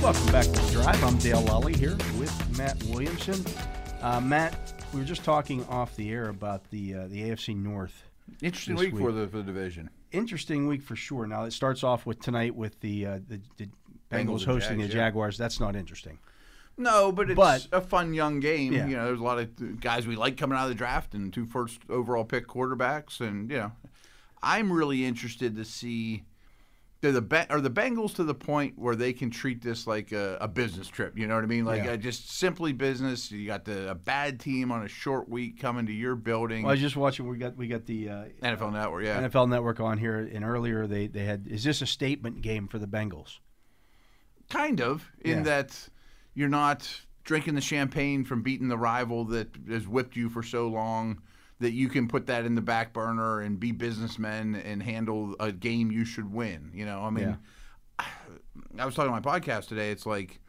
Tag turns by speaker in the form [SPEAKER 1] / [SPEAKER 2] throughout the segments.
[SPEAKER 1] Welcome back to the Drive. I'm Dale Lally here with Matt Williamson. Uh, Matt, we were just talking off the air about the uh, the AFC North.
[SPEAKER 2] Interesting
[SPEAKER 1] This
[SPEAKER 2] week, for the for the division.
[SPEAKER 1] Interesting week for sure. Now it starts off with tonight with the uh, the, the Bengals,
[SPEAKER 2] Bengals and
[SPEAKER 1] hosting
[SPEAKER 2] Jags,
[SPEAKER 1] the
[SPEAKER 2] yeah.
[SPEAKER 1] Jaguars. That's not interesting.
[SPEAKER 2] No, but it's
[SPEAKER 1] But-
[SPEAKER 2] a fun young game.
[SPEAKER 1] Yeah.
[SPEAKER 2] You know, there's a lot of guys we like coming out of the draft and two first overall pick quarterbacks, and you know, I'm really interested to see. They're the Be- are the Bengals to the point where they can treat this like a, a business trip? You know what I mean? Like
[SPEAKER 1] Yeah.
[SPEAKER 2] uh, just simply business. You got the a bad team on a short week coming to your building.
[SPEAKER 1] Well, I was just watching. We got we got the uh,
[SPEAKER 2] NFL Network, yeah.
[SPEAKER 1] NFL Network on here, and earlier they they had. Is this a statement game for the Bengals?
[SPEAKER 2] kind of in
[SPEAKER 1] Yeah.
[SPEAKER 2] that you're not drinking the champagne from beating the rival that has whipped you for so long that you can put that in the back burner and be businessmen and handle a game you should win you know i mean i was talking on my podcast today it's like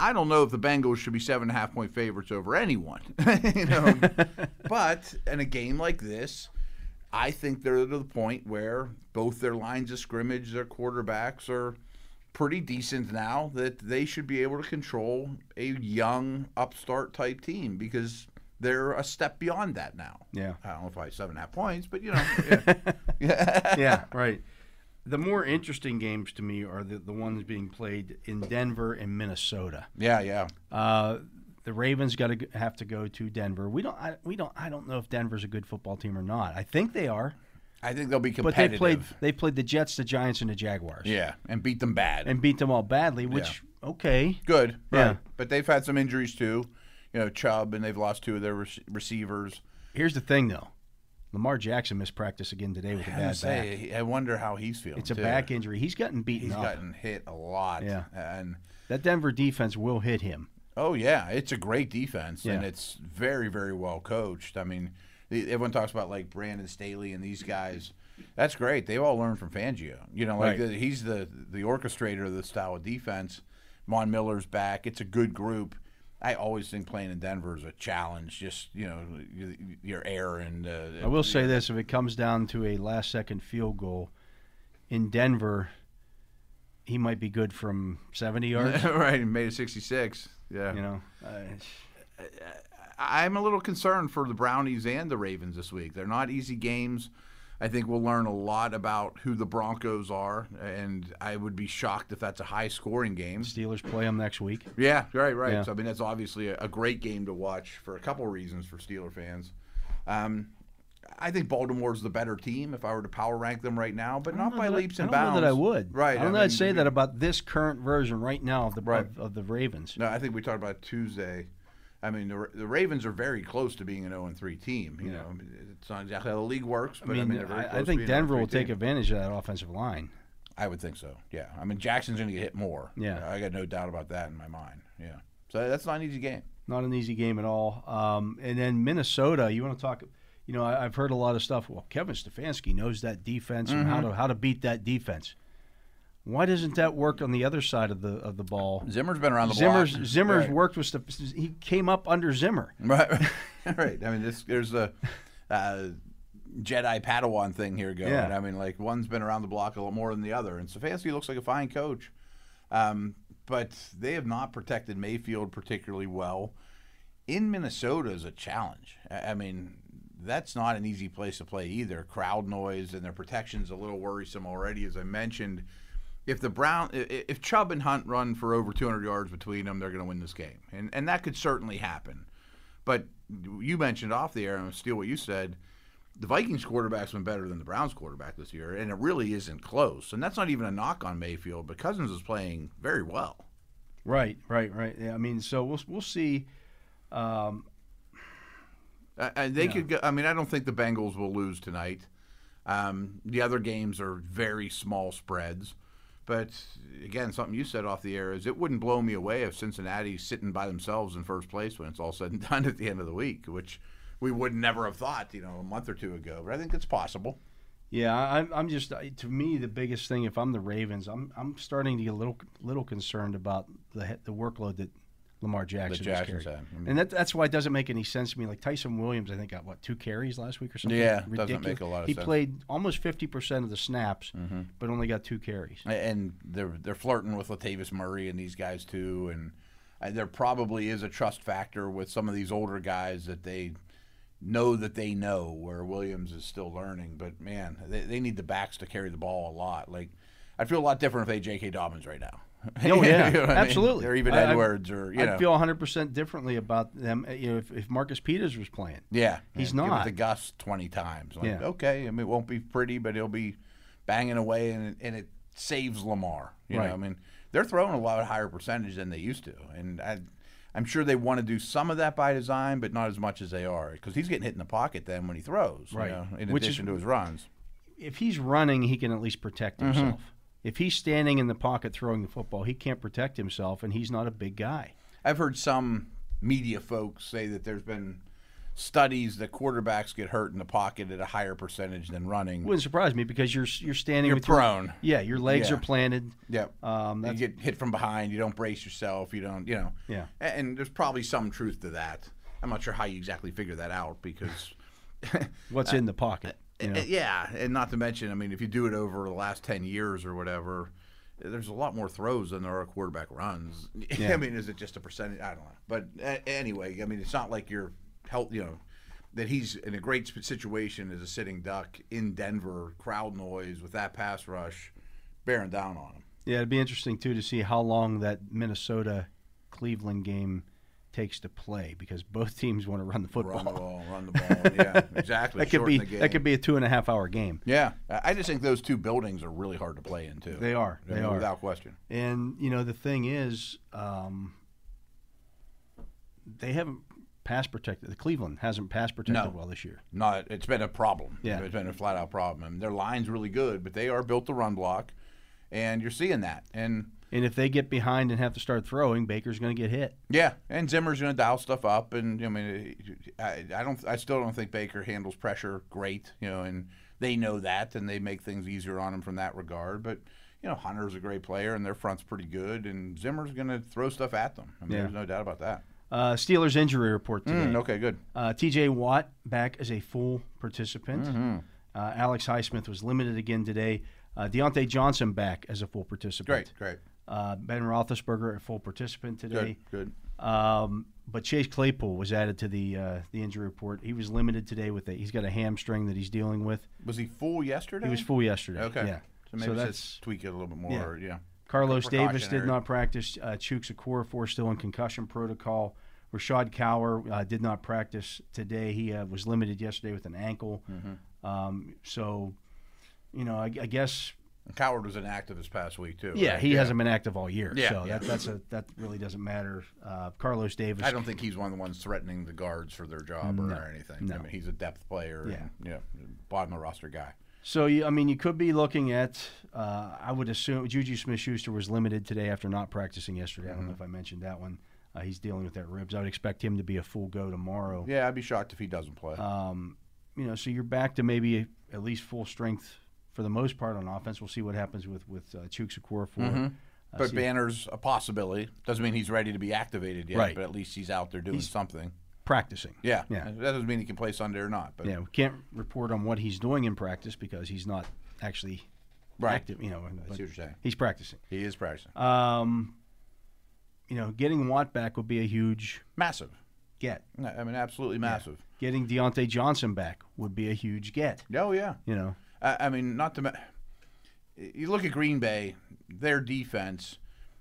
[SPEAKER 2] I don't know if the Bengals should be seven and a half point favorites over anyone, you know. but in a game like this, I think they're to the point where both their lines of scrimmage, their quarterbacks are pretty decent now that they should be able to control a young upstart type team because they're a step beyond that now.
[SPEAKER 1] Yeah.
[SPEAKER 2] I don't know if I seven and a half points, but you know, yeah.
[SPEAKER 1] yeah, right. The more interesting games to me are the, the ones being played in Denver and Minnesota.
[SPEAKER 2] yeah, yeah.
[SPEAKER 1] Uh, the Ravens got to have to go to Denver. We don't. I, we don't. I don't know if Denver's a good football team or not. I think they are,
[SPEAKER 2] I think they'll be
[SPEAKER 1] but
[SPEAKER 2] competitive.
[SPEAKER 1] they played. They played the Jets, the Giants, and the Jaguars.
[SPEAKER 2] yeah, and beat them bad.
[SPEAKER 1] and beat them all badly. Which okay,
[SPEAKER 2] good.
[SPEAKER 1] Yeah.
[SPEAKER 2] Right. But they've had some injuries too. You know, Chubb, and they've lost two of their rec- receivers.
[SPEAKER 1] here's the thing though. Lamar Jackson missed practice again today with a
[SPEAKER 2] I gotta
[SPEAKER 1] bad back.
[SPEAKER 2] say, I wonder how he's feeling.
[SPEAKER 1] It's a
[SPEAKER 2] too.
[SPEAKER 1] back injury. He's gotten beaten
[SPEAKER 2] He's
[SPEAKER 1] up.
[SPEAKER 2] gotten hit a lot.
[SPEAKER 1] Yeah.
[SPEAKER 2] And
[SPEAKER 1] That Denver defense will hit him.
[SPEAKER 2] oh yeah, it's a great defense, and
[SPEAKER 1] Yeah.
[SPEAKER 2] it's very very well coached. I mean, the- everyone talks about like Brandon Staley and these guys. That's great. They all learned from Fangio. You know, like
[SPEAKER 1] Right.
[SPEAKER 2] the, he's the the orchestrator of the style of defense. Mon Miller's back. It's a good group. I always think playing in Denver is a challenge. Just you know, your, your air and uh,
[SPEAKER 1] I will say this: if it comes down to a last-second field goal in Denver, he might be good from 70 yards.
[SPEAKER 2] right. He made it sixty six. Yeah.
[SPEAKER 1] you know, uh,
[SPEAKER 2] I'm a little concerned for the Brownies and the Ravens this week. They're not easy games. I think we'll learn a lot about who the Broncos are, and I would be shocked if that's a high scoring game.
[SPEAKER 1] Steelers play him next week.
[SPEAKER 2] Yeah, right, right.
[SPEAKER 1] Yeah.
[SPEAKER 2] So, I mean, that's obviously a, a great game to watch for a couple reasons for Steeler fans. Um, I think Baltimore's the better team if I were to power rank them right now, but not
[SPEAKER 1] don't
[SPEAKER 2] by
[SPEAKER 1] know that-
[SPEAKER 2] leaps and
[SPEAKER 1] I don't
[SPEAKER 2] bounds.
[SPEAKER 1] Know that I would.
[SPEAKER 2] Right.
[SPEAKER 1] I don't know.
[SPEAKER 2] mean,
[SPEAKER 1] I'd say
[SPEAKER 2] you-
[SPEAKER 1] that about this current version right now of the
[SPEAKER 2] Right.
[SPEAKER 1] of, of the Ravens.
[SPEAKER 2] No, I think we talked about Tuesday. I mean, the, Ra- the Ravens are very close to being an 0 3 team. You know, it's not exactly how the league works,
[SPEAKER 1] I
[SPEAKER 2] but I
[SPEAKER 1] mean,
[SPEAKER 2] mean, they're very
[SPEAKER 1] I,
[SPEAKER 2] close
[SPEAKER 1] I
[SPEAKER 2] to
[SPEAKER 1] think
[SPEAKER 2] being an 0-3
[SPEAKER 1] Denver will take
[SPEAKER 2] team.
[SPEAKER 1] advantage of that offensive line.
[SPEAKER 2] I would think so. Yeah. I mean, Jackson's going to get hit more.
[SPEAKER 1] Yeah.
[SPEAKER 2] I got no doubt about that in my mind. Yeah. So that's not an easy game.
[SPEAKER 1] Not an easy game at all. Um, and then Minnesota, you want to talk? You know, I, I've heard a lot of stuff. Well, Kevin Stefanski knows that defense and
[SPEAKER 2] Mm-hmm.
[SPEAKER 1] how to how to beat that defense. Why doesn't that work on the other side of the of the ball?
[SPEAKER 2] Zimmer's been around the
[SPEAKER 1] Zimmer's
[SPEAKER 2] block.
[SPEAKER 1] Zimmer's
[SPEAKER 2] Right.
[SPEAKER 1] worked with Stef- he came up under Zimmer.
[SPEAKER 2] Right, right. I mean, this there's a uh, Jedi Padawan thing here going.
[SPEAKER 1] Yeah.
[SPEAKER 2] I mean, like one's been around the block a lot more than the other, and Stefanski looks like a fine coach, um, but they have not protected Mayfield particularly well. In Minnesota is a challenge. I, I mean, that's not an easy place to play either. Crowd noise and their protection's a little worrisome already, as I mentioned. If the Brown, i- i- if Chubb and Hunt run for over 200 yards between them, they're going to win this game, and and that could certainly happen. But you mentioned off the air, and I'll steal what you said. The Vikings quarterback's been better than the Browns quarterback this year, and it really isn't close. And that's not even a knock on Mayfield, but Cousins is playing very well.
[SPEAKER 1] Right, right, right. Yeah, I mean, so we'll we'll see.
[SPEAKER 2] Uh, and they could. Go, I mean, I don't think the Bengals will lose tonight. Um, the other games are very small spreads, But again, something you said off the air is it wouldn't blow me away if Cincinnati's sitting by themselves in first place when it's all said and done at the end of the week, which we would never have thought, you know, a month or two ago. But I think it's possible.
[SPEAKER 1] Yeah, I'm, I'm just to me the biggest thing. If I'm the Ravens, I'm I'm starting to get a little little concerned about the he- the workload that Lamar Jackson has
[SPEAKER 2] Jackson's
[SPEAKER 1] carried.
[SPEAKER 2] had. I mean-
[SPEAKER 1] and that, that's why it doesn't make any sense to me. Like Tyson Williams, I think got what two carries last week or something.
[SPEAKER 2] Yeah, doesn't
[SPEAKER 1] Ridiculous.
[SPEAKER 2] make a lot of
[SPEAKER 1] he
[SPEAKER 2] sense. Mm-hmm.
[SPEAKER 1] played almost fifty percent of the snaps, but only got two carries.
[SPEAKER 2] and they're they're flirting with Latavius Murray and these guys too, and uh, there probably is a trust factor with some of these older guys that they know that they know where Williams is still learning. But man, they, they need the backs to carry the ball a lot. Like I'd feel a lot different if they had J.K. Dobbins right now.
[SPEAKER 1] Oh yeah,
[SPEAKER 2] You know what I mean?
[SPEAKER 1] absolutely.
[SPEAKER 2] Or even
[SPEAKER 1] I- I-
[SPEAKER 2] Edwards, or you
[SPEAKER 1] I'd
[SPEAKER 2] know,
[SPEAKER 1] feel 100 percent differently about them. uh, You know, if, if Marcus Peters was playing,
[SPEAKER 2] yeah,
[SPEAKER 1] He's
[SPEAKER 2] yeah, give it
[SPEAKER 1] not.
[SPEAKER 2] to Gus twenty times. Like,
[SPEAKER 1] Yeah.
[SPEAKER 2] okay, I mean, it won't be pretty, but he'll be banging away, and and it saves Lamar. You
[SPEAKER 1] Right.
[SPEAKER 2] know, I mean, they're throwing a lot higher percentage than they used to, and I, I'm sure they want to do some of that by design, but not as much as they are because he's getting hit in the pocket then when he throws. you
[SPEAKER 1] Right.
[SPEAKER 2] know, in
[SPEAKER 1] Which is-
[SPEAKER 2] addition to his runs.
[SPEAKER 1] if he's running, he can at least protect
[SPEAKER 2] Mm-hmm.
[SPEAKER 1] himself. If he's standing in the pocket throwing the football, he can't protect himself, and he's not a big guy.
[SPEAKER 2] I've heard some media folks say that there's been studies that quarterbacks get hurt in the pocket at a higher percentage than running.
[SPEAKER 1] Wouldn't surprise me because you're you're standing
[SPEAKER 2] You're
[SPEAKER 1] with your-
[SPEAKER 2] prone.
[SPEAKER 1] yeah, your legs
[SPEAKER 2] Yeah.
[SPEAKER 1] are planted.
[SPEAKER 2] Yep.
[SPEAKER 1] Um,
[SPEAKER 2] you
[SPEAKER 1] that's,
[SPEAKER 2] get hit from behind. You don't brace yourself. You don't, you know.
[SPEAKER 1] Yeah.
[SPEAKER 2] A- And, there's probably some truth to that. I'm not sure how you exactly figure that out because, Eh,
[SPEAKER 1] what's in the pocket? You know?
[SPEAKER 2] yeah. and not to mention, I mean, if you do it over the last 10 years or whatever, there's a lot more throws than there are quarterback runs. I mean, is it just a percentage? I don't know. But a- anyway, I mean, it's not like you're help, you know, that he's in a great sp- situation as a sitting duck in Denver, crowd noise with that pass rush bearing down on him.
[SPEAKER 1] Yeah, it'd be interesting too to see how long that Minnesota Cleveland game takes to play because both teams want to run the football.
[SPEAKER 2] Run the ball, run the ball. Yeah, exactly.
[SPEAKER 1] that could be
[SPEAKER 2] Shorten the game.
[SPEAKER 1] that could be a two and a half hour game.
[SPEAKER 2] Yeah, I I just think those two buildings are really hard to play in too.
[SPEAKER 1] They are.
[SPEAKER 2] I
[SPEAKER 1] They
[SPEAKER 2] mean,
[SPEAKER 1] are.
[SPEAKER 2] without question.
[SPEAKER 1] And you know the thing is, um, they haven't pass protected. The Cleveland hasn't pass protected
[SPEAKER 2] No.
[SPEAKER 1] well this year.
[SPEAKER 2] Not. It's been a problem.
[SPEAKER 1] Yeah.
[SPEAKER 2] it's been a flat out problem. I mean, their line's really good, but they are built to run block, and you're seeing that. And
[SPEAKER 1] And if they get behind and have to start throwing, Baker's going to get hit.
[SPEAKER 2] yeah, and Zimmer's going to dial stuff up, and I mean, uh, I, I don't. I still don't think Baker handles pressure great. You know, and they know that, and they make things easier on him from that regard. But. You know, Hunter's a great player, and their front's pretty good, and Zimmer's going to throw stuff at them. I mean,
[SPEAKER 1] Yeah.
[SPEAKER 2] there's no doubt about that.
[SPEAKER 1] Uh, Steelers injury report today.
[SPEAKER 2] Mm, okay, good.
[SPEAKER 1] Uh, T.J. Watt back as a full participant.
[SPEAKER 2] Mm-hmm.
[SPEAKER 1] Uh, Alex Highsmith was limited again today. Uh, Deontay Johnson back as a full participant.
[SPEAKER 2] Great, great.
[SPEAKER 1] Uh, ben Roethlisberger a full participant today.
[SPEAKER 2] Good, good.
[SPEAKER 1] Um, but Chase Claypool was added to the uh, the injury report. He was limited today with a he's got a hamstring that he's dealing with.
[SPEAKER 2] Was he full yesterday?
[SPEAKER 1] He was full yesterday.
[SPEAKER 2] Okay.
[SPEAKER 1] Yeah.
[SPEAKER 2] So maybe
[SPEAKER 1] so
[SPEAKER 2] just
[SPEAKER 1] that's
[SPEAKER 2] tweak it a little bit more.
[SPEAKER 1] Yeah.
[SPEAKER 2] or- Yeah.
[SPEAKER 1] Carlos Davis did
[SPEAKER 2] precautionary.
[SPEAKER 1] not practice. Uh, Chooks Okorafor still in concussion protocol. Rashad Cower uh, did not practice today. He uh, was limited yesterday with an ankle.
[SPEAKER 2] Mm-hmm.
[SPEAKER 1] Um, so, you know, I, I guess
[SPEAKER 2] And Coward was inactive this past week too.
[SPEAKER 1] yeah,
[SPEAKER 2] right?
[SPEAKER 1] he hasn't been active all year.
[SPEAKER 2] Yeah,
[SPEAKER 1] so
[SPEAKER 2] yeah.
[SPEAKER 1] That, that's a that really doesn't matter. Uh, Carlos Davis.
[SPEAKER 2] I don't think he's one of the ones threatening the guards for their job or, anything. I mean, he's a depth player.
[SPEAKER 1] Yeah.
[SPEAKER 2] And, yeah. Bottom of the roster guy.
[SPEAKER 1] So you, I mean, you could be looking at. Uh, I would assume Juju Smith-Schuster was limited today after not practicing yesterday. I don't know if
[SPEAKER 2] Mm-hmm.
[SPEAKER 1] I mentioned that one. Uh, he's dealing with that ribs. I would expect him to be a full go tomorrow.
[SPEAKER 2] Yeah, I'd be shocked if he doesn't play.
[SPEAKER 1] Um, you know, so you're back to maybe at least full strength for the most part on offense. We'll see what happens with with uh, Chukwuemeka.
[SPEAKER 2] Mm-hmm. but Banner's a possibility. Doesn't mean he's ready to be activated yet.
[SPEAKER 1] Right.
[SPEAKER 2] But at least he's out there doing something.
[SPEAKER 1] practicing.
[SPEAKER 2] Yeah.
[SPEAKER 1] Yeah.
[SPEAKER 2] That doesn't mean he can play Sunday or not. But
[SPEAKER 1] Yeah, we can't report on what he's doing in practice because he's not actually
[SPEAKER 2] Right.
[SPEAKER 1] active. You know,
[SPEAKER 2] I
[SPEAKER 1] but
[SPEAKER 2] see what you're saying.
[SPEAKER 1] he's practicing.
[SPEAKER 2] He is practicing.
[SPEAKER 1] Um, you know, getting Watt back would be a huge
[SPEAKER 2] massive.
[SPEAKER 1] get.
[SPEAKER 2] I mean, absolutely massive.
[SPEAKER 1] Getting Deontay Johnson back would be a huge get.
[SPEAKER 2] Oh yeah.
[SPEAKER 1] You know,
[SPEAKER 2] I, I mean, not to. ma- You look at Green Bay, their defense.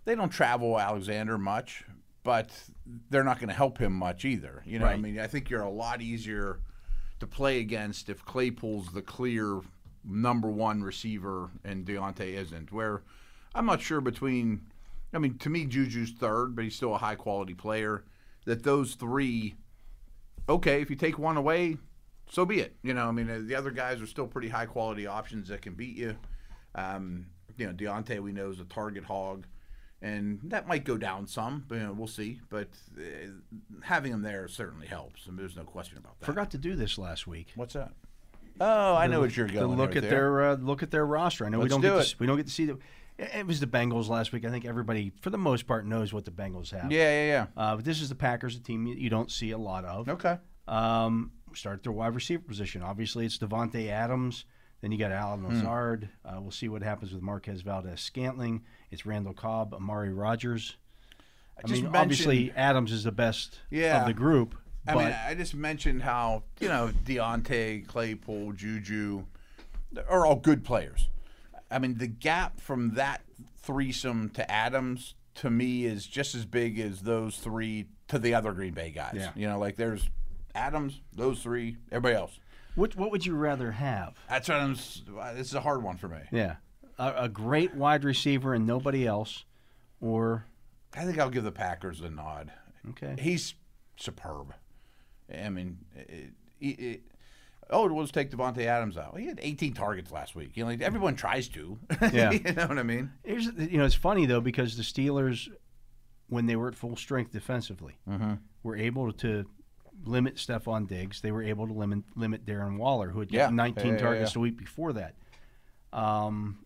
[SPEAKER 2] They don't travel Alexander much, but they're not going to help him much either. You know, I
[SPEAKER 1] Right.
[SPEAKER 2] mean, I think you're a lot easier to play against if Claypool's the clear number one receiver and Deontay isn't. Where I'm not sure between. I mean, to me, Juju's third, but he's still a high quality player. That those three okay, if you take one away, so be it. You know, I mean, uh, the other guys are still pretty high quality options that can beat you. Um, you know, Deontay we know is a target hog, and that might go down some. But you know, we'll see. But uh, having him there certainly helps, and there's no question about that.
[SPEAKER 1] Forgot to do this last week.
[SPEAKER 3] What's that? Oh, I know what you're
[SPEAKER 1] to
[SPEAKER 3] going.
[SPEAKER 1] look
[SPEAKER 3] right
[SPEAKER 1] at
[SPEAKER 3] there.
[SPEAKER 1] their uh, look at their roster. I know we
[SPEAKER 3] Let's
[SPEAKER 1] don't
[SPEAKER 3] do
[SPEAKER 1] get to,
[SPEAKER 3] it.
[SPEAKER 1] s- we don't get to see the. It it was the Bengals last week. I think everybody, for the most part, knows what the Bengals have.
[SPEAKER 2] Yeah, yeah,
[SPEAKER 1] Uh, but this is the Packers, a team you- you don't see a lot of.
[SPEAKER 2] yeah. Okay.
[SPEAKER 1] Um, start at their wide receiver position. Obviously, it's Devonte Adams. Then you got Alan
[SPEAKER 3] Hmm.
[SPEAKER 1] Lazard. Uh, we'll see what happens with Marquez Valdez Scantling. It's Randall Cobb, Amari Rogers. I,
[SPEAKER 2] just
[SPEAKER 1] mean,
[SPEAKER 2] mentioned-
[SPEAKER 1] obviously, Adams is the best
[SPEAKER 2] Yeah.
[SPEAKER 1] of the group.
[SPEAKER 2] I
[SPEAKER 1] But
[SPEAKER 2] mean, I just mentioned how you know Deontay, Claypool, Juju are all good players. I mean, the gap from that threesome to Adams to me is just as big as those three to the other Green Bay guys.
[SPEAKER 1] Yeah.
[SPEAKER 2] You know, like there's Adams, those three, everybody else.
[SPEAKER 1] what, what would you rather have?
[SPEAKER 2] That's what I'm. s- This is a hard one for me.
[SPEAKER 1] Yeah. A, a great wide receiver and nobody else, or
[SPEAKER 2] I think I'll give the Packers a nod.
[SPEAKER 1] Okay.
[SPEAKER 2] He's superb. I mean, it, it, it, oh, we'll just take Devontae Adams out. He had 18 targets last week. You know, like, everyone tries to.
[SPEAKER 1] Yeah.
[SPEAKER 2] you know what I mean?
[SPEAKER 1] Here's, you know, it's funny though because the Steelers, when they were at full strength defensively,
[SPEAKER 2] Mm-hmm.
[SPEAKER 1] were able to limit Stephon Diggs. They were able to limit limit Darren Waller, who had
[SPEAKER 2] Yeah.
[SPEAKER 1] 19
[SPEAKER 2] Yeah, yeah,
[SPEAKER 1] targets
[SPEAKER 2] yeah.
[SPEAKER 1] the week before that. Um,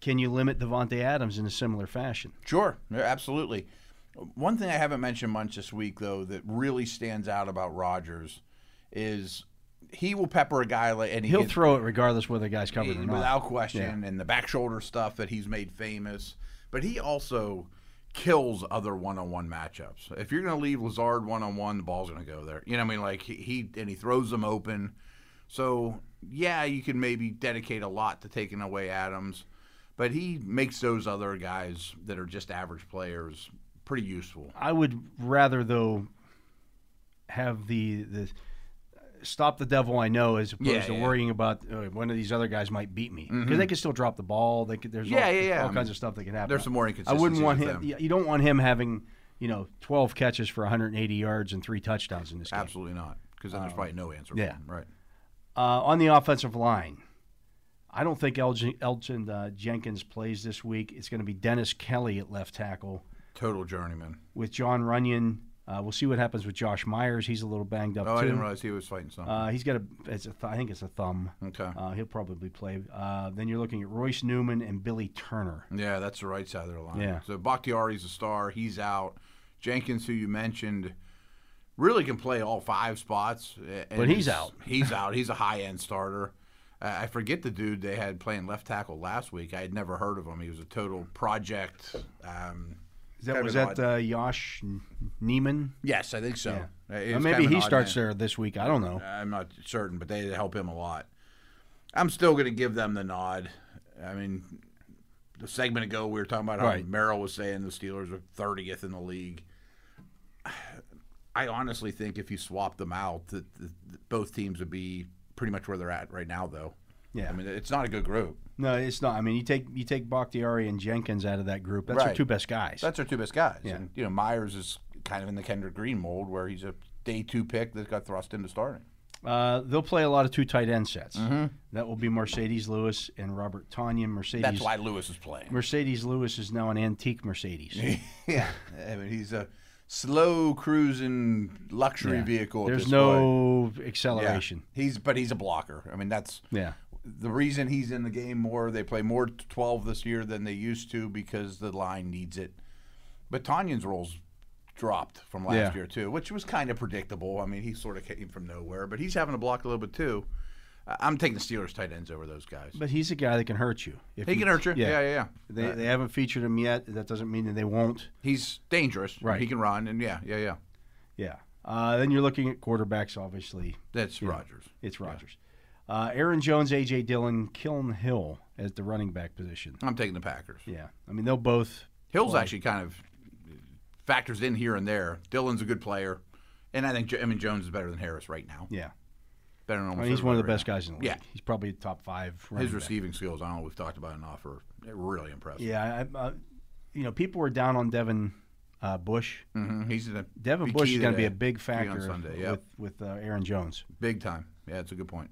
[SPEAKER 1] can you limit Devontae Adams in a similar fashion?
[SPEAKER 2] Sure, yeah, absolutely. One thing I haven't mentioned much this week, though, that really stands out about Rodgers is he will pepper a guy like and he
[SPEAKER 1] He'll
[SPEAKER 2] gets-
[SPEAKER 1] throw it regardless whether the guy's covered or
[SPEAKER 2] It-
[SPEAKER 1] not.
[SPEAKER 2] without question, and the back shoulder stuff that he's made famous. But he also kills other one-on-one matchups. If you're going to leave Lazard one-on-one, the ball's going to go there. You know, what I mean, like he, he and he throws them open. So yeah, you can maybe dedicate a lot to taking away Adams, but he makes those other guys that are just average players pretty useful.
[SPEAKER 1] I would rather though have the the stop the devil I know as opposed
[SPEAKER 2] Yeah,
[SPEAKER 1] to
[SPEAKER 2] yeah. Mm-hmm.
[SPEAKER 1] worrying about uh, one of these other guys might beat me because they could still drop the ball. They could there's
[SPEAKER 2] Yeah,
[SPEAKER 1] all,
[SPEAKER 2] yeah, yeah.
[SPEAKER 1] all
[SPEAKER 2] I
[SPEAKER 1] kinds
[SPEAKER 2] mean,
[SPEAKER 1] of stuff that can happen.
[SPEAKER 2] there's some more
[SPEAKER 1] I wouldn't
[SPEAKER 2] inconsistencies
[SPEAKER 1] want
[SPEAKER 2] with
[SPEAKER 1] him.
[SPEAKER 2] them.
[SPEAKER 1] y- You don't want him having you know 12 catches for 180 yards and three touchdowns in this game.
[SPEAKER 2] Absolutely not, because then there's probably no answer.
[SPEAKER 1] Um, yeah.
[SPEAKER 2] for him, right.
[SPEAKER 1] Uh, on the offensive line, I don't think Elgin, Elgin uh, Jenkins plays this week. It's going to be Dennis Kelly at left tackle.
[SPEAKER 2] Total journeyman.
[SPEAKER 1] with John Runyon. Uh, we'll see what happens with Josh Myers. He's a little banged up
[SPEAKER 2] Oh, I
[SPEAKER 1] too.
[SPEAKER 2] didn't realize he was fighting something.
[SPEAKER 1] uh, he's got a, it's a th- I think it's a thumb.
[SPEAKER 2] okay.
[SPEAKER 1] Uh, he'll probably play. Uh, then you're looking at Royce Newman and Billy Turner.
[SPEAKER 2] Yeah, that's the right side of their line.
[SPEAKER 1] Yeah.
[SPEAKER 2] So Bakhtiari's a star. He's out. Jenkins, who you mentioned, really can play all five spots. a- and
[SPEAKER 1] But he's out.
[SPEAKER 2] He's out. He's a high end starter. Uh, I forget the dude they had playing left tackle last week. I had never heard of him. He was a total project. Um,
[SPEAKER 1] Is that,
[SPEAKER 2] kind
[SPEAKER 1] was
[SPEAKER 2] of an
[SPEAKER 1] that uh, Josh N- Neiman?
[SPEAKER 2] Yes, I think so. Uh, it
[SPEAKER 1] Or
[SPEAKER 2] was kind
[SPEAKER 1] maybe
[SPEAKER 2] of an
[SPEAKER 1] he
[SPEAKER 2] odd
[SPEAKER 1] starts
[SPEAKER 2] man.
[SPEAKER 1] there this week. I don't know.
[SPEAKER 2] I'm not certain, but they help him a lot. I'm still going to give them the nod. I mean, the segment ago we were talking about how
[SPEAKER 1] Right.
[SPEAKER 2] Merrill was saying the Steelers are 30th in the league. I honestly think if you swap them out, that that both teams would be pretty much where they're at right now, though.
[SPEAKER 1] Yeah.
[SPEAKER 2] I mean, it's not a good group.
[SPEAKER 1] No, it's not. I mean, you take you take Bakhtiari and Jenkins out of that group. That's your
[SPEAKER 2] Right.
[SPEAKER 1] two best guys.
[SPEAKER 2] That's our two best guys. And, you know, Myers is kind of in the Kendrick Green mold where he's a day two pick that got thrust into starting.
[SPEAKER 1] Uh, they'll play a lot of two tight end sets.
[SPEAKER 2] Mm-hmm.
[SPEAKER 1] That will be Mercedes Lewis and Robert Tanyan. Mercedes.
[SPEAKER 2] That's why Lewis is playing.
[SPEAKER 1] Mercedes Lewis is now an antique Mercedes.
[SPEAKER 2] yeah, I mean he's a slow cruising luxury
[SPEAKER 1] Yeah.
[SPEAKER 2] vehicle. At
[SPEAKER 1] There's
[SPEAKER 2] this point.
[SPEAKER 1] no
[SPEAKER 2] Yeah.
[SPEAKER 1] acceleration.
[SPEAKER 2] He's but he's a blocker. I mean that's
[SPEAKER 1] Yeah.
[SPEAKER 2] the reason he's in the game more. They play more t- twelve this year than they used to because the line needs it. But Tanyan's roles dropped from last
[SPEAKER 1] Yeah.
[SPEAKER 2] year too, which was kind of predictable. I mean he sort of came from nowhere, but he's having to block a little bit too. I- I'm taking the Steelers tight ends over those guys.
[SPEAKER 1] But he's a guy that can hurt you. If
[SPEAKER 2] he can hurt you. Yeah, yeah, yeah.
[SPEAKER 1] They, they haven't featured him yet. That doesn't mean that they won't.
[SPEAKER 2] He's dangerous.
[SPEAKER 1] Right.
[SPEAKER 2] He can run, and yeah, yeah, yeah.
[SPEAKER 1] Yeah. Uh, then you're looking at quarterbacks, obviously.
[SPEAKER 2] That's Rodgers.
[SPEAKER 1] It's Rodgers. Uh, Aaron Jones, A.J. Dillon, Kiln Hill at the running back position.
[SPEAKER 2] I'm taking the Packers.
[SPEAKER 1] Yeah. I mean, they'll both.
[SPEAKER 2] Hill's actually kind of factors in here and there. Dylan's a good player, and I think Jo- I mean Jones is better than Harris right now.
[SPEAKER 1] Yeah.
[SPEAKER 2] Better than
[SPEAKER 1] I
[SPEAKER 2] almost
[SPEAKER 1] mean, he's one of the
[SPEAKER 2] everybody
[SPEAKER 1] best guys in the league.
[SPEAKER 2] Yeah.
[SPEAKER 1] He's probably top five.
[SPEAKER 2] right now.
[SPEAKER 1] running
[SPEAKER 2] His
[SPEAKER 1] back.
[SPEAKER 2] receiving skills, I don't know, we've talked about enough, are really impressive.
[SPEAKER 1] Yeah. I, I, you know, people were down on Devin uh, Bush.
[SPEAKER 2] hmm He's gonna
[SPEAKER 1] Devin
[SPEAKER 2] be
[SPEAKER 1] Bush
[SPEAKER 2] key
[SPEAKER 1] is going to be
[SPEAKER 2] today.
[SPEAKER 1] a big
[SPEAKER 2] Key on
[SPEAKER 1] factor
[SPEAKER 2] Sunday. Yeah,
[SPEAKER 1] with, with uh, Aaron Jones.
[SPEAKER 2] big time. Yeah, it's a good point.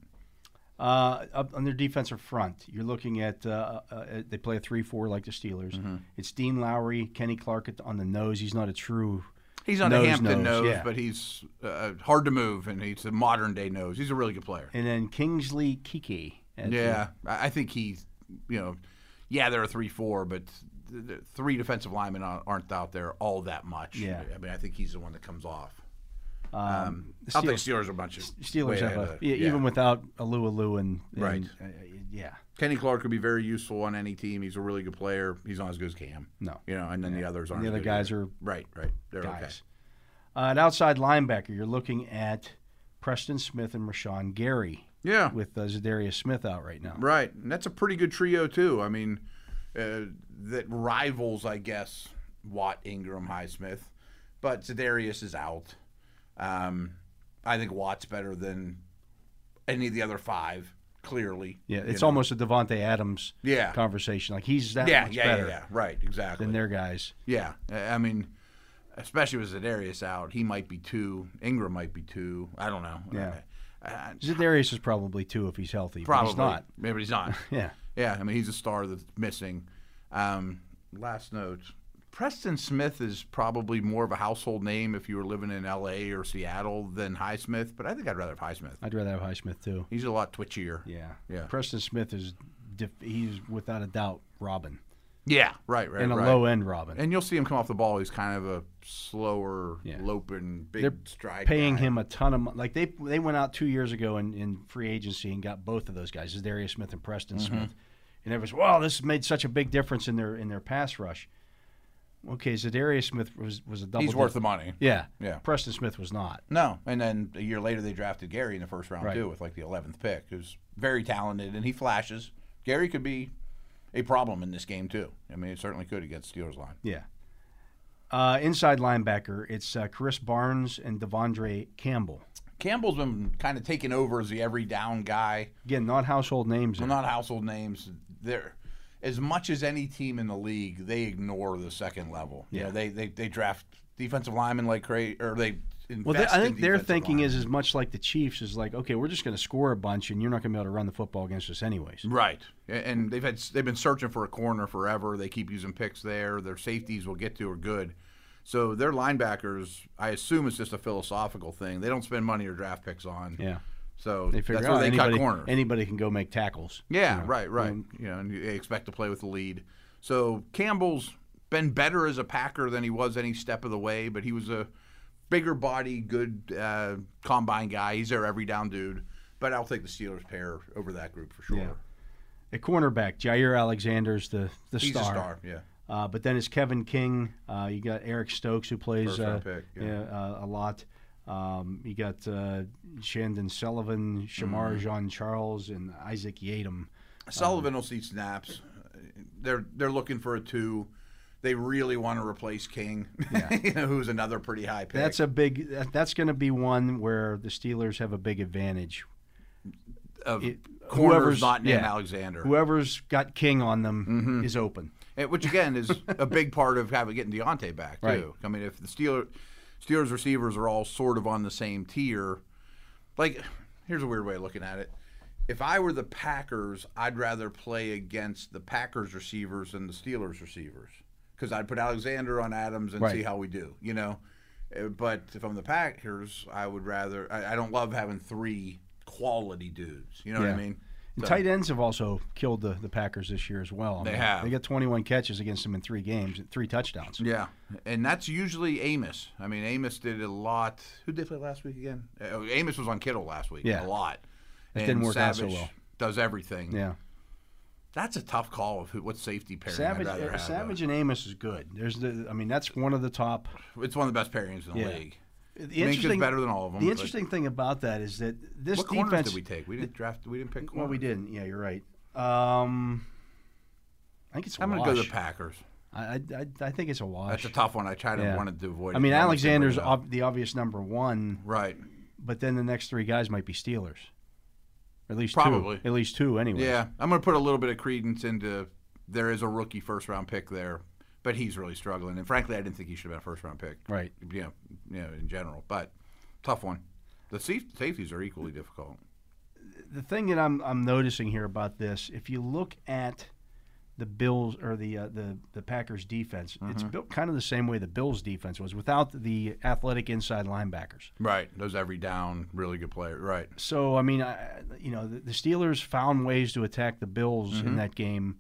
[SPEAKER 1] Uh, up on their defensive front, you're looking at uh, uh, they play a three-four like the Steelers.
[SPEAKER 2] Mm-hmm.
[SPEAKER 1] It's Dean Lowry, Kenny Clark at the- on the nose. He's not a true.
[SPEAKER 2] He's not
[SPEAKER 1] Nose,
[SPEAKER 2] a Hampton
[SPEAKER 1] nose,
[SPEAKER 2] nose,
[SPEAKER 1] yeah.
[SPEAKER 2] but he's uh, hard to move, and he's a modern day nose. He's a really good player.
[SPEAKER 1] And then Kingsley Kiki. at the-
[SPEAKER 2] Yeah, I I think he's, you know, yeah, there are three, four, but th- th- three defensive linemen aren't- aren't out there all that much.
[SPEAKER 1] Yeah.
[SPEAKER 2] I mean, I think he's the one that comes off.
[SPEAKER 1] um,
[SPEAKER 2] I think Steelers are a bunch of way
[SPEAKER 1] Steelers have
[SPEAKER 2] ahead
[SPEAKER 1] a,
[SPEAKER 2] of the-
[SPEAKER 1] yeah,
[SPEAKER 2] yeah.
[SPEAKER 1] even without Alua Lou and, and
[SPEAKER 2] Right.
[SPEAKER 1] uh, uh, yeah.
[SPEAKER 2] Kenny Clark could be very useful on any team. He's a really good player. He's not as good as Cam.
[SPEAKER 1] No.
[SPEAKER 2] you know, and then the others aren't.
[SPEAKER 1] The
[SPEAKER 2] as
[SPEAKER 1] other
[SPEAKER 2] good
[SPEAKER 1] guys
[SPEAKER 2] either.
[SPEAKER 1] are
[SPEAKER 2] right, right. They're okay.
[SPEAKER 1] guys. Uh, an outside linebacker, you're looking at Preston Smith and Rashawn Gary
[SPEAKER 2] Yeah,
[SPEAKER 1] with uh, Zadarius Smith out right now.
[SPEAKER 2] Right, and that's a pretty good trio too. I mean, uh, that rivals, I guess, Watt, Ingram, Highsmith, but Zedarius is out. Um, I think Watt's better than any of the other five. Clearly,
[SPEAKER 1] Yeah,
[SPEAKER 2] you
[SPEAKER 1] it's
[SPEAKER 2] know?
[SPEAKER 1] almost a Devonte Adams
[SPEAKER 2] Yeah.
[SPEAKER 1] conversation. Like he's that
[SPEAKER 2] yeah,
[SPEAKER 1] much
[SPEAKER 2] yeah,
[SPEAKER 1] better
[SPEAKER 2] yeah, yeah. Right, exactly.
[SPEAKER 1] than their guys.
[SPEAKER 2] Yeah, I I mean, especially with Zedarius out, he might be two. Ingram might be two. I don't know. Uh,
[SPEAKER 1] Yeah.
[SPEAKER 2] I- I-
[SPEAKER 1] Zadarius is probably two if he's healthy.
[SPEAKER 2] probably
[SPEAKER 1] But he's not.
[SPEAKER 2] Maybe he's not.
[SPEAKER 1] Yeah.
[SPEAKER 2] Yeah, I mean he's a star that's missing. Um, last note: Preston Smith is probably more of a household name if you were living in L.A. or Seattle than Highsmith, but I think I'd rather have Highsmith.
[SPEAKER 1] I'd rather have Highsmith too.
[SPEAKER 2] He's a lot twitchier.
[SPEAKER 1] Yeah.
[SPEAKER 2] Yeah.
[SPEAKER 1] Preston Smith is dif- he's without a doubt Robin
[SPEAKER 2] Yeah, right, right,
[SPEAKER 1] and a
[SPEAKER 2] right.
[SPEAKER 1] low end Robin.
[SPEAKER 2] and you'll see him come off the ball. He's kind of a slower,
[SPEAKER 1] Yeah.
[SPEAKER 2] loping, big
[SPEAKER 1] They're
[SPEAKER 2] stride.
[SPEAKER 1] paying
[SPEAKER 2] guy.
[SPEAKER 1] him a ton of money. Like they they went out two years ago in, in free agency and got both of those guys, Darius Smith and Preston
[SPEAKER 2] Mm-hmm.
[SPEAKER 1] Smith. And everyone's, wow, this has made such a big difference in their in their pass rush. Okay, Zadarius Smith was, was a double.
[SPEAKER 2] He's worth
[SPEAKER 1] dip-
[SPEAKER 2] the money.
[SPEAKER 1] Yeah.
[SPEAKER 2] Yeah.
[SPEAKER 1] Preston Smith was not.
[SPEAKER 2] No, and then a year later they drafted Gary in the first round
[SPEAKER 1] Right.
[SPEAKER 2] too, with like the eleventh pick, who's very talented and he flashes. Gary could be a problem in this game too. I mean, it certainly could against Steelers line.
[SPEAKER 1] Yeah. Uh, inside linebacker, it's uh, Chris Barnes and Devondre Campbell.
[SPEAKER 2] Campbell's been kind of taken over as the every down guy.
[SPEAKER 1] Again, not household names.
[SPEAKER 2] Well, not household names. They're as much as any team in the league. They ignore the second level. Yeah,
[SPEAKER 1] Yeah.
[SPEAKER 2] they, they they draft defensive linemen like crazy, or they.
[SPEAKER 1] well, they,
[SPEAKER 2] invest
[SPEAKER 1] I
[SPEAKER 2] in
[SPEAKER 1] think their
[SPEAKER 2] defensive
[SPEAKER 1] thinking
[SPEAKER 2] linemen.
[SPEAKER 1] is as much like the Chiefs is like, okay, we're just going to score a bunch, and you're not going to be able to run the football against us anyways.
[SPEAKER 2] Right, A- and they've had they've been searching for a corner forever. They keep using picks there. Their safeties we'll get to are good, so their linebackers. I assume it's just a philosophical thing. They don't spend money or draft picks on.
[SPEAKER 1] Yeah.
[SPEAKER 2] so
[SPEAKER 1] They figure
[SPEAKER 2] that's
[SPEAKER 1] out
[SPEAKER 2] where they
[SPEAKER 1] anybody,
[SPEAKER 2] cut corners.
[SPEAKER 1] anybody can go make tackles.
[SPEAKER 2] yeah,
[SPEAKER 1] you know.
[SPEAKER 2] right, right. you know, and you- they expect to play with the lead. So Campbell's been better as a Packer than he was any step of the way, but he was a bigger body, good uh, combine guy. He's their every down dude. But I'll take the Steelers pair over that group for sure.
[SPEAKER 1] Yeah. The cornerback, Jair Alexander's the the
[SPEAKER 2] He's
[SPEAKER 1] star.
[SPEAKER 2] a star. Yeah.
[SPEAKER 1] Uh, but then it's Kevin King. Uh, you got Eric Stokes who plays
[SPEAKER 2] First
[SPEAKER 1] uh,
[SPEAKER 2] round pick, yeah.
[SPEAKER 1] yeah, uh, a lot. Um, you got uh, Shandon Sullivan,
[SPEAKER 2] Mm.
[SPEAKER 1] Shamar Jean Charles, and Isaac Yadam.
[SPEAKER 2] Sullivan will see snaps. They're they're looking for a two. They really want to replace King, you know, who's another pretty high pick.
[SPEAKER 1] That's a big. that- That's going to be one where the Steelers have a big advantage.
[SPEAKER 2] of
[SPEAKER 1] it- whoever's-
[SPEAKER 2] corners not named
[SPEAKER 1] yeah.
[SPEAKER 2] Alexander,
[SPEAKER 1] Whoever's got King on them
[SPEAKER 2] Mm-hmm.
[SPEAKER 1] is open.
[SPEAKER 2] And- which again is a big part of having getting Deontay back too.
[SPEAKER 1] Right.
[SPEAKER 2] I mean, if the Steelers Steelers receivers are all sort of on the same tier, like here's a weird way of looking at it. If I were the Packers, I'd rather play against the Packers receivers than the Steelers receivers because I'd put Alexander on Adams and
[SPEAKER 1] Right.
[SPEAKER 2] see how we do, you know. Uh, But if I'm the Packers, I would rather. I, I don't love having three quality dudes. You know what
[SPEAKER 1] Yeah.
[SPEAKER 2] I mean?
[SPEAKER 1] And
[SPEAKER 2] So-
[SPEAKER 1] tight ends have also killed the, the Packers this year as well. I
[SPEAKER 2] They have.
[SPEAKER 1] They got 21 catches against them in three games, three touchdowns.
[SPEAKER 2] Yeah, and that's usually Amos. I mean, Amos did a lot. Who did play last week again? Uh, Amos was on Kittle last week.
[SPEAKER 1] Yeah.
[SPEAKER 2] a lot.
[SPEAKER 1] It
[SPEAKER 2] and
[SPEAKER 1] didn't work out so
[SPEAKER 2] Savage
[SPEAKER 1] well.
[SPEAKER 2] Does everything.
[SPEAKER 1] Yeah.
[SPEAKER 2] that's a tough call of who, what safety pairing
[SPEAKER 1] Savage,
[SPEAKER 2] I'd rather
[SPEAKER 1] uh,
[SPEAKER 2] have.
[SPEAKER 1] Savage and Amos is good. There's the, I mean, that's one of the top.
[SPEAKER 2] though. It's one of the best pairings in the
[SPEAKER 1] Yeah.
[SPEAKER 2] league.
[SPEAKER 1] The
[SPEAKER 2] Minka's better than all of them.
[SPEAKER 1] The
[SPEAKER 2] but
[SPEAKER 1] interesting thing about that is that this
[SPEAKER 2] What corners
[SPEAKER 1] defense.
[SPEAKER 2] did we take? We didn't draft. We didn't pick. Corners.
[SPEAKER 1] well, we didn't. Yeah, you're right. Um, I think it's. a
[SPEAKER 2] I'm gonna
[SPEAKER 1] wash.
[SPEAKER 2] go to the Packers.
[SPEAKER 1] I, I- I, I think it's a wash.
[SPEAKER 2] That's a tough one. I tried to
[SPEAKER 1] Yeah.
[SPEAKER 2] wanted to avoid.
[SPEAKER 1] I
[SPEAKER 2] it.
[SPEAKER 1] mean,
[SPEAKER 2] Almost didn't
[SPEAKER 1] Alexander's
[SPEAKER 2] bring it up.
[SPEAKER 1] ob- the obvious number one,
[SPEAKER 2] right.
[SPEAKER 1] but then the next three guys might be Steelers. At least
[SPEAKER 2] Probably.
[SPEAKER 1] two. At least two, anyway.
[SPEAKER 2] Yeah, I'm going to put a little bit of credence into there is a rookie first round pick there, but he's really struggling. And frankly, I didn't think he should have been a first round pick.
[SPEAKER 1] Right.
[SPEAKER 2] You know, you know, in general, but tough one. The saf- safeties are equally difficult.
[SPEAKER 1] the thing that I'm I'm noticing here about this, if you look at the Bills or the uh, the the Packers defense,
[SPEAKER 2] Mm-hmm.
[SPEAKER 1] it's built kind of the same way the Bills defense was without the athletic inside linebackers.
[SPEAKER 2] Right. Those every down, really good player. Right.
[SPEAKER 1] So I mean, I, you know, the, the Steelers found ways to attack the Bills in that game.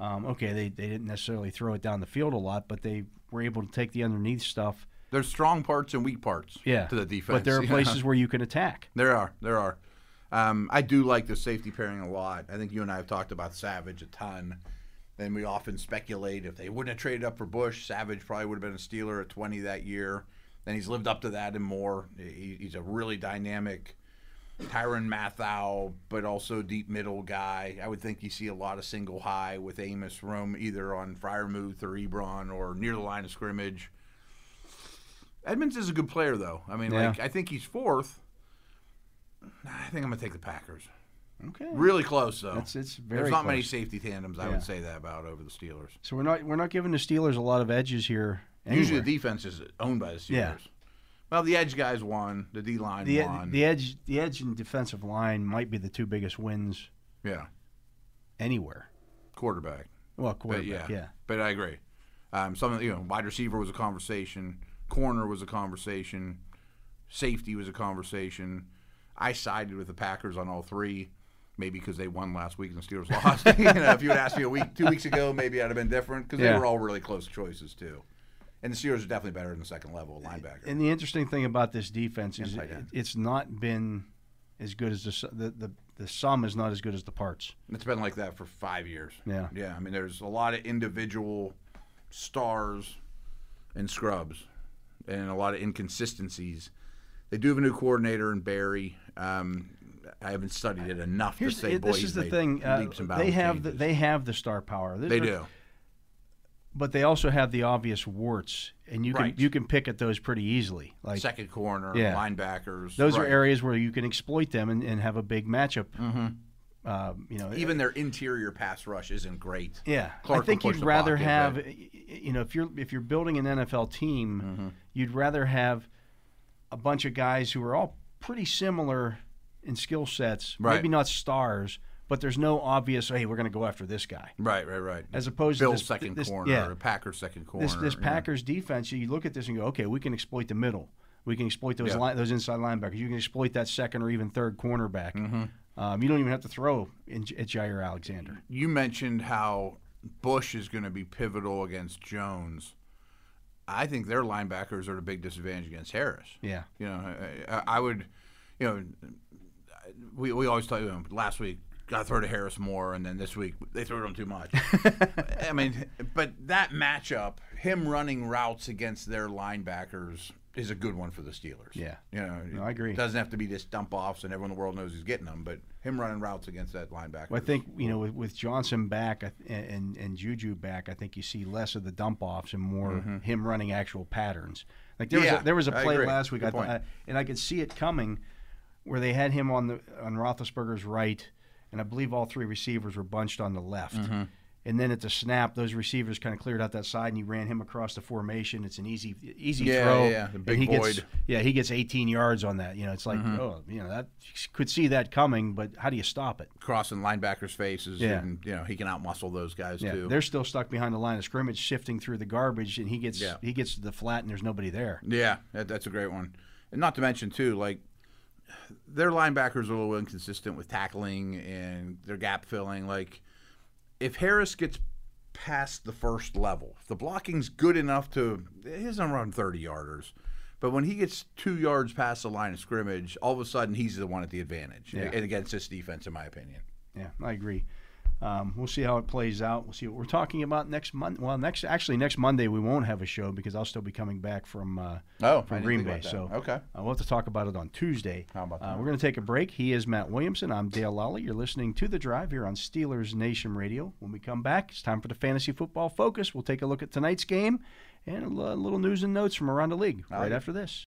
[SPEAKER 1] Um, okay, they they didn't necessarily throw it down the field a lot, but they were able to take the underneath stuff.
[SPEAKER 2] There's strong parts and weak parts.
[SPEAKER 1] Yeah,
[SPEAKER 2] To the defense.
[SPEAKER 1] But there are
[SPEAKER 2] you know?
[SPEAKER 1] places where you can attack.
[SPEAKER 2] There are. There are. Um, I do like the safety pairing a lot. I think you and I have talked about Savage a ton. And we often speculate if they wouldn't have traded up for Bush, Savage probably would have been a Steeler at 20 that year. And he's lived up to that and more. He, he's a really dynamic Tyron Mathau, but also deep middle guy. I would think you see a lot of single high with Amos Rome either on Fryermuth or Ebron or near the line of scrimmage. Edmonds is a good player, though. I mean,
[SPEAKER 1] Yeah.
[SPEAKER 2] like I think he's fourth. I think I'm gonna take the Packers.
[SPEAKER 1] Okay.
[SPEAKER 2] Really close though.
[SPEAKER 1] It's- it's very
[SPEAKER 2] There's not many
[SPEAKER 1] close.
[SPEAKER 2] safety tandems I
[SPEAKER 1] Yeah.
[SPEAKER 2] would say that about over the Steelers.
[SPEAKER 1] So we're not we're not giving the Steelers a lot of edges here.
[SPEAKER 2] Usually
[SPEAKER 1] anywhere.
[SPEAKER 2] the defense is owned by the Steelers.
[SPEAKER 1] Yeah.
[SPEAKER 2] Well, the edge guys won. The D line
[SPEAKER 1] the, e,
[SPEAKER 2] won.
[SPEAKER 1] the edge the edge and defensive line might be the two biggest wins
[SPEAKER 2] yeah,
[SPEAKER 1] anywhere.
[SPEAKER 2] quarterback.
[SPEAKER 1] Well,
[SPEAKER 2] But
[SPEAKER 1] quarterback,
[SPEAKER 2] yeah,
[SPEAKER 1] yeah.
[SPEAKER 2] But I agree. Um, some you know, wide receiver was a conversation. Corner was a conversation. Safety was a conversation. I sided with the Packers on all three, maybe because they won last week and the Steelers lost. you know, if you had asked me a week, two weeks ago, maybe I'd have been different because
[SPEAKER 1] Yeah.
[SPEAKER 2] they were all really close choices too. And the Steelers are definitely better than the second level
[SPEAKER 1] Eh,
[SPEAKER 2] linebacker.
[SPEAKER 1] And the interesting thing about this defense is
[SPEAKER 2] tight
[SPEAKER 1] it,
[SPEAKER 2] end.
[SPEAKER 1] it's not been as good as the, su- the the the sum is not as good as the parts.
[SPEAKER 2] It's been like that for five years.
[SPEAKER 1] Yeah.
[SPEAKER 2] Yeah. I mean, there's a lot of individual stars and scrubs and a lot of inconsistencies. They do have a new coordinator in Barry. Um, I haven't studied it enough
[SPEAKER 1] Here's
[SPEAKER 2] to say,
[SPEAKER 1] it-
[SPEAKER 2] boy,
[SPEAKER 1] this
[SPEAKER 2] he's
[SPEAKER 1] is the
[SPEAKER 2] made
[SPEAKER 1] thing. uh,
[SPEAKER 2] leaps and bounds
[SPEAKER 1] they have the,
[SPEAKER 2] changes.
[SPEAKER 1] they have the star power.
[SPEAKER 2] They
[SPEAKER 1] They're-
[SPEAKER 2] do.
[SPEAKER 1] but they also have the obvious warts, and you
[SPEAKER 2] Right.
[SPEAKER 1] can you can pick at those pretty easily. Like
[SPEAKER 2] Second corner,
[SPEAKER 1] Yeah.
[SPEAKER 2] linebackers.
[SPEAKER 1] those are
[SPEAKER 2] right.
[SPEAKER 1] areas where you can exploit them and, and have a big matchup. Um, you know,
[SPEAKER 2] Mm-hmm. Even their interior pass rush isn't great.
[SPEAKER 1] Yeah,
[SPEAKER 2] Clark
[SPEAKER 1] I
[SPEAKER 2] can
[SPEAKER 1] think
[SPEAKER 2] push
[SPEAKER 1] you'd
[SPEAKER 2] the
[SPEAKER 1] rather
[SPEAKER 2] pocket,
[SPEAKER 1] have,
[SPEAKER 2] but-
[SPEAKER 1] y- y- you know, if you're if you're building an NFL team,
[SPEAKER 2] Mm-hmm.
[SPEAKER 1] you'd rather have a bunch of guys who are all pretty similar in skill sets,
[SPEAKER 2] Right.
[SPEAKER 1] maybe not stars, but there's no obvious, hey, we're going to go after this guy,
[SPEAKER 2] Right, right, right.
[SPEAKER 1] as opposed
[SPEAKER 2] Bill's
[SPEAKER 1] to this,
[SPEAKER 2] second
[SPEAKER 1] this,
[SPEAKER 2] corner,
[SPEAKER 1] yeah,
[SPEAKER 2] or Packers second corner.
[SPEAKER 1] this this
[SPEAKER 2] yeah.
[SPEAKER 1] Packers defense. You look at this and go, okay, we can exploit the middle, we can exploit those
[SPEAKER 2] Yeah.
[SPEAKER 1] line, those inside linebackers, you can exploit that second or even third cornerback.
[SPEAKER 2] Mm-hmm.
[SPEAKER 1] Um, you don't even have to throw in, at Jair Alexander.
[SPEAKER 2] you mentioned how Bush is going to be pivotal against Jones. I think their linebackers are at a big disadvantage against Harris.
[SPEAKER 1] Yeah.
[SPEAKER 2] You know, I, I- I would, you know, we, we always talk, you know, last week, got to throw to Harris more, and then this week, they threw to him too much. I mean, but that matchup, him running routes against their linebackers, is a good one for the Steelers.
[SPEAKER 1] Yeah.
[SPEAKER 2] You know,
[SPEAKER 1] No, I agree.
[SPEAKER 2] It doesn't have to be just dump offs and everyone in the world knows he's getting them, but him running routes against that linebacker.
[SPEAKER 1] Well, I think you know with, with Johnson back I th- and and Juju back, I think you see less of the dump offs and more him running actual patterns. Like there was
[SPEAKER 2] Mm-hmm. Yeah,
[SPEAKER 1] a, there was a
[SPEAKER 2] I
[SPEAKER 1] play
[SPEAKER 2] agree.
[SPEAKER 1] last week,
[SPEAKER 2] Good
[SPEAKER 1] I thought,
[SPEAKER 2] point.
[SPEAKER 1] and I could see it coming, where they had him on the on Roethlisberger's right, and I believe all three receivers were bunched on the left.
[SPEAKER 2] Mm-hmm.
[SPEAKER 1] And then at the snap, those receivers kind of cleared out that side, and he ran him across the formation. It's an easy, easy
[SPEAKER 2] Yeah,
[SPEAKER 1] throw.
[SPEAKER 2] yeah, yeah. The
[SPEAKER 1] and
[SPEAKER 2] big
[SPEAKER 1] he
[SPEAKER 2] void. Mm-hmm.
[SPEAKER 1] Gets, yeah, he gets 18 yards on that. You know, it's like, oh, you know, that could see that coming, but how do you stop it?
[SPEAKER 2] crossing linebackers' faces.
[SPEAKER 1] Yeah.
[SPEAKER 2] And, you know, he can outmuscle those guys
[SPEAKER 1] Yeah,
[SPEAKER 2] too.
[SPEAKER 1] they're still stuck behind the line of scrimmage, shifting through the garbage, and he gets
[SPEAKER 2] Yeah.
[SPEAKER 1] he gets to the flat, and there's nobody there.
[SPEAKER 2] Yeah, that, that's a great one. And not to mention too, like their linebackers are a little inconsistent with tackling and their gap filling. Like if Harris gets past the first level, if the blocking's good enough to he doesn't run thirty yarders. But when he gets two yards past the line of scrimmage, all of a sudden he's the one at the advantage.
[SPEAKER 1] Yeah.
[SPEAKER 2] And against this defense, in my opinion.
[SPEAKER 1] Yeah, I agree. Um, we'll see how it plays out. We'll see what we're talking about next month. Well, next actually next Monday we won't have a show because I'll still be coming back from uh,
[SPEAKER 2] Oh, I
[SPEAKER 1] from
[SPEAKER 2] didn't
[SPEAKER 1] Green
[SPEAKER 2] think
[SPEAKER 1] Bay.
[SPEAKER 2] about that.
[SPEAKER 1] So
[SPEAKER 2] Okay.
[SPEAKER 1] uh, we'll have to talk about it on Tuesday.
[SPEAKER 2] How about
[SPEAKER 1] Uh,
[SPEAKER 2] that?
[SPEAKER 1] we're going to take a break. He is Matt Williamson. I'm Dale Lally. You're listening to the Drive here on Steelers Nation Radio. When we come back, it's time for the fantasy football focus. We'll take a look at tonight's game and a little news and notes from around the league right after this.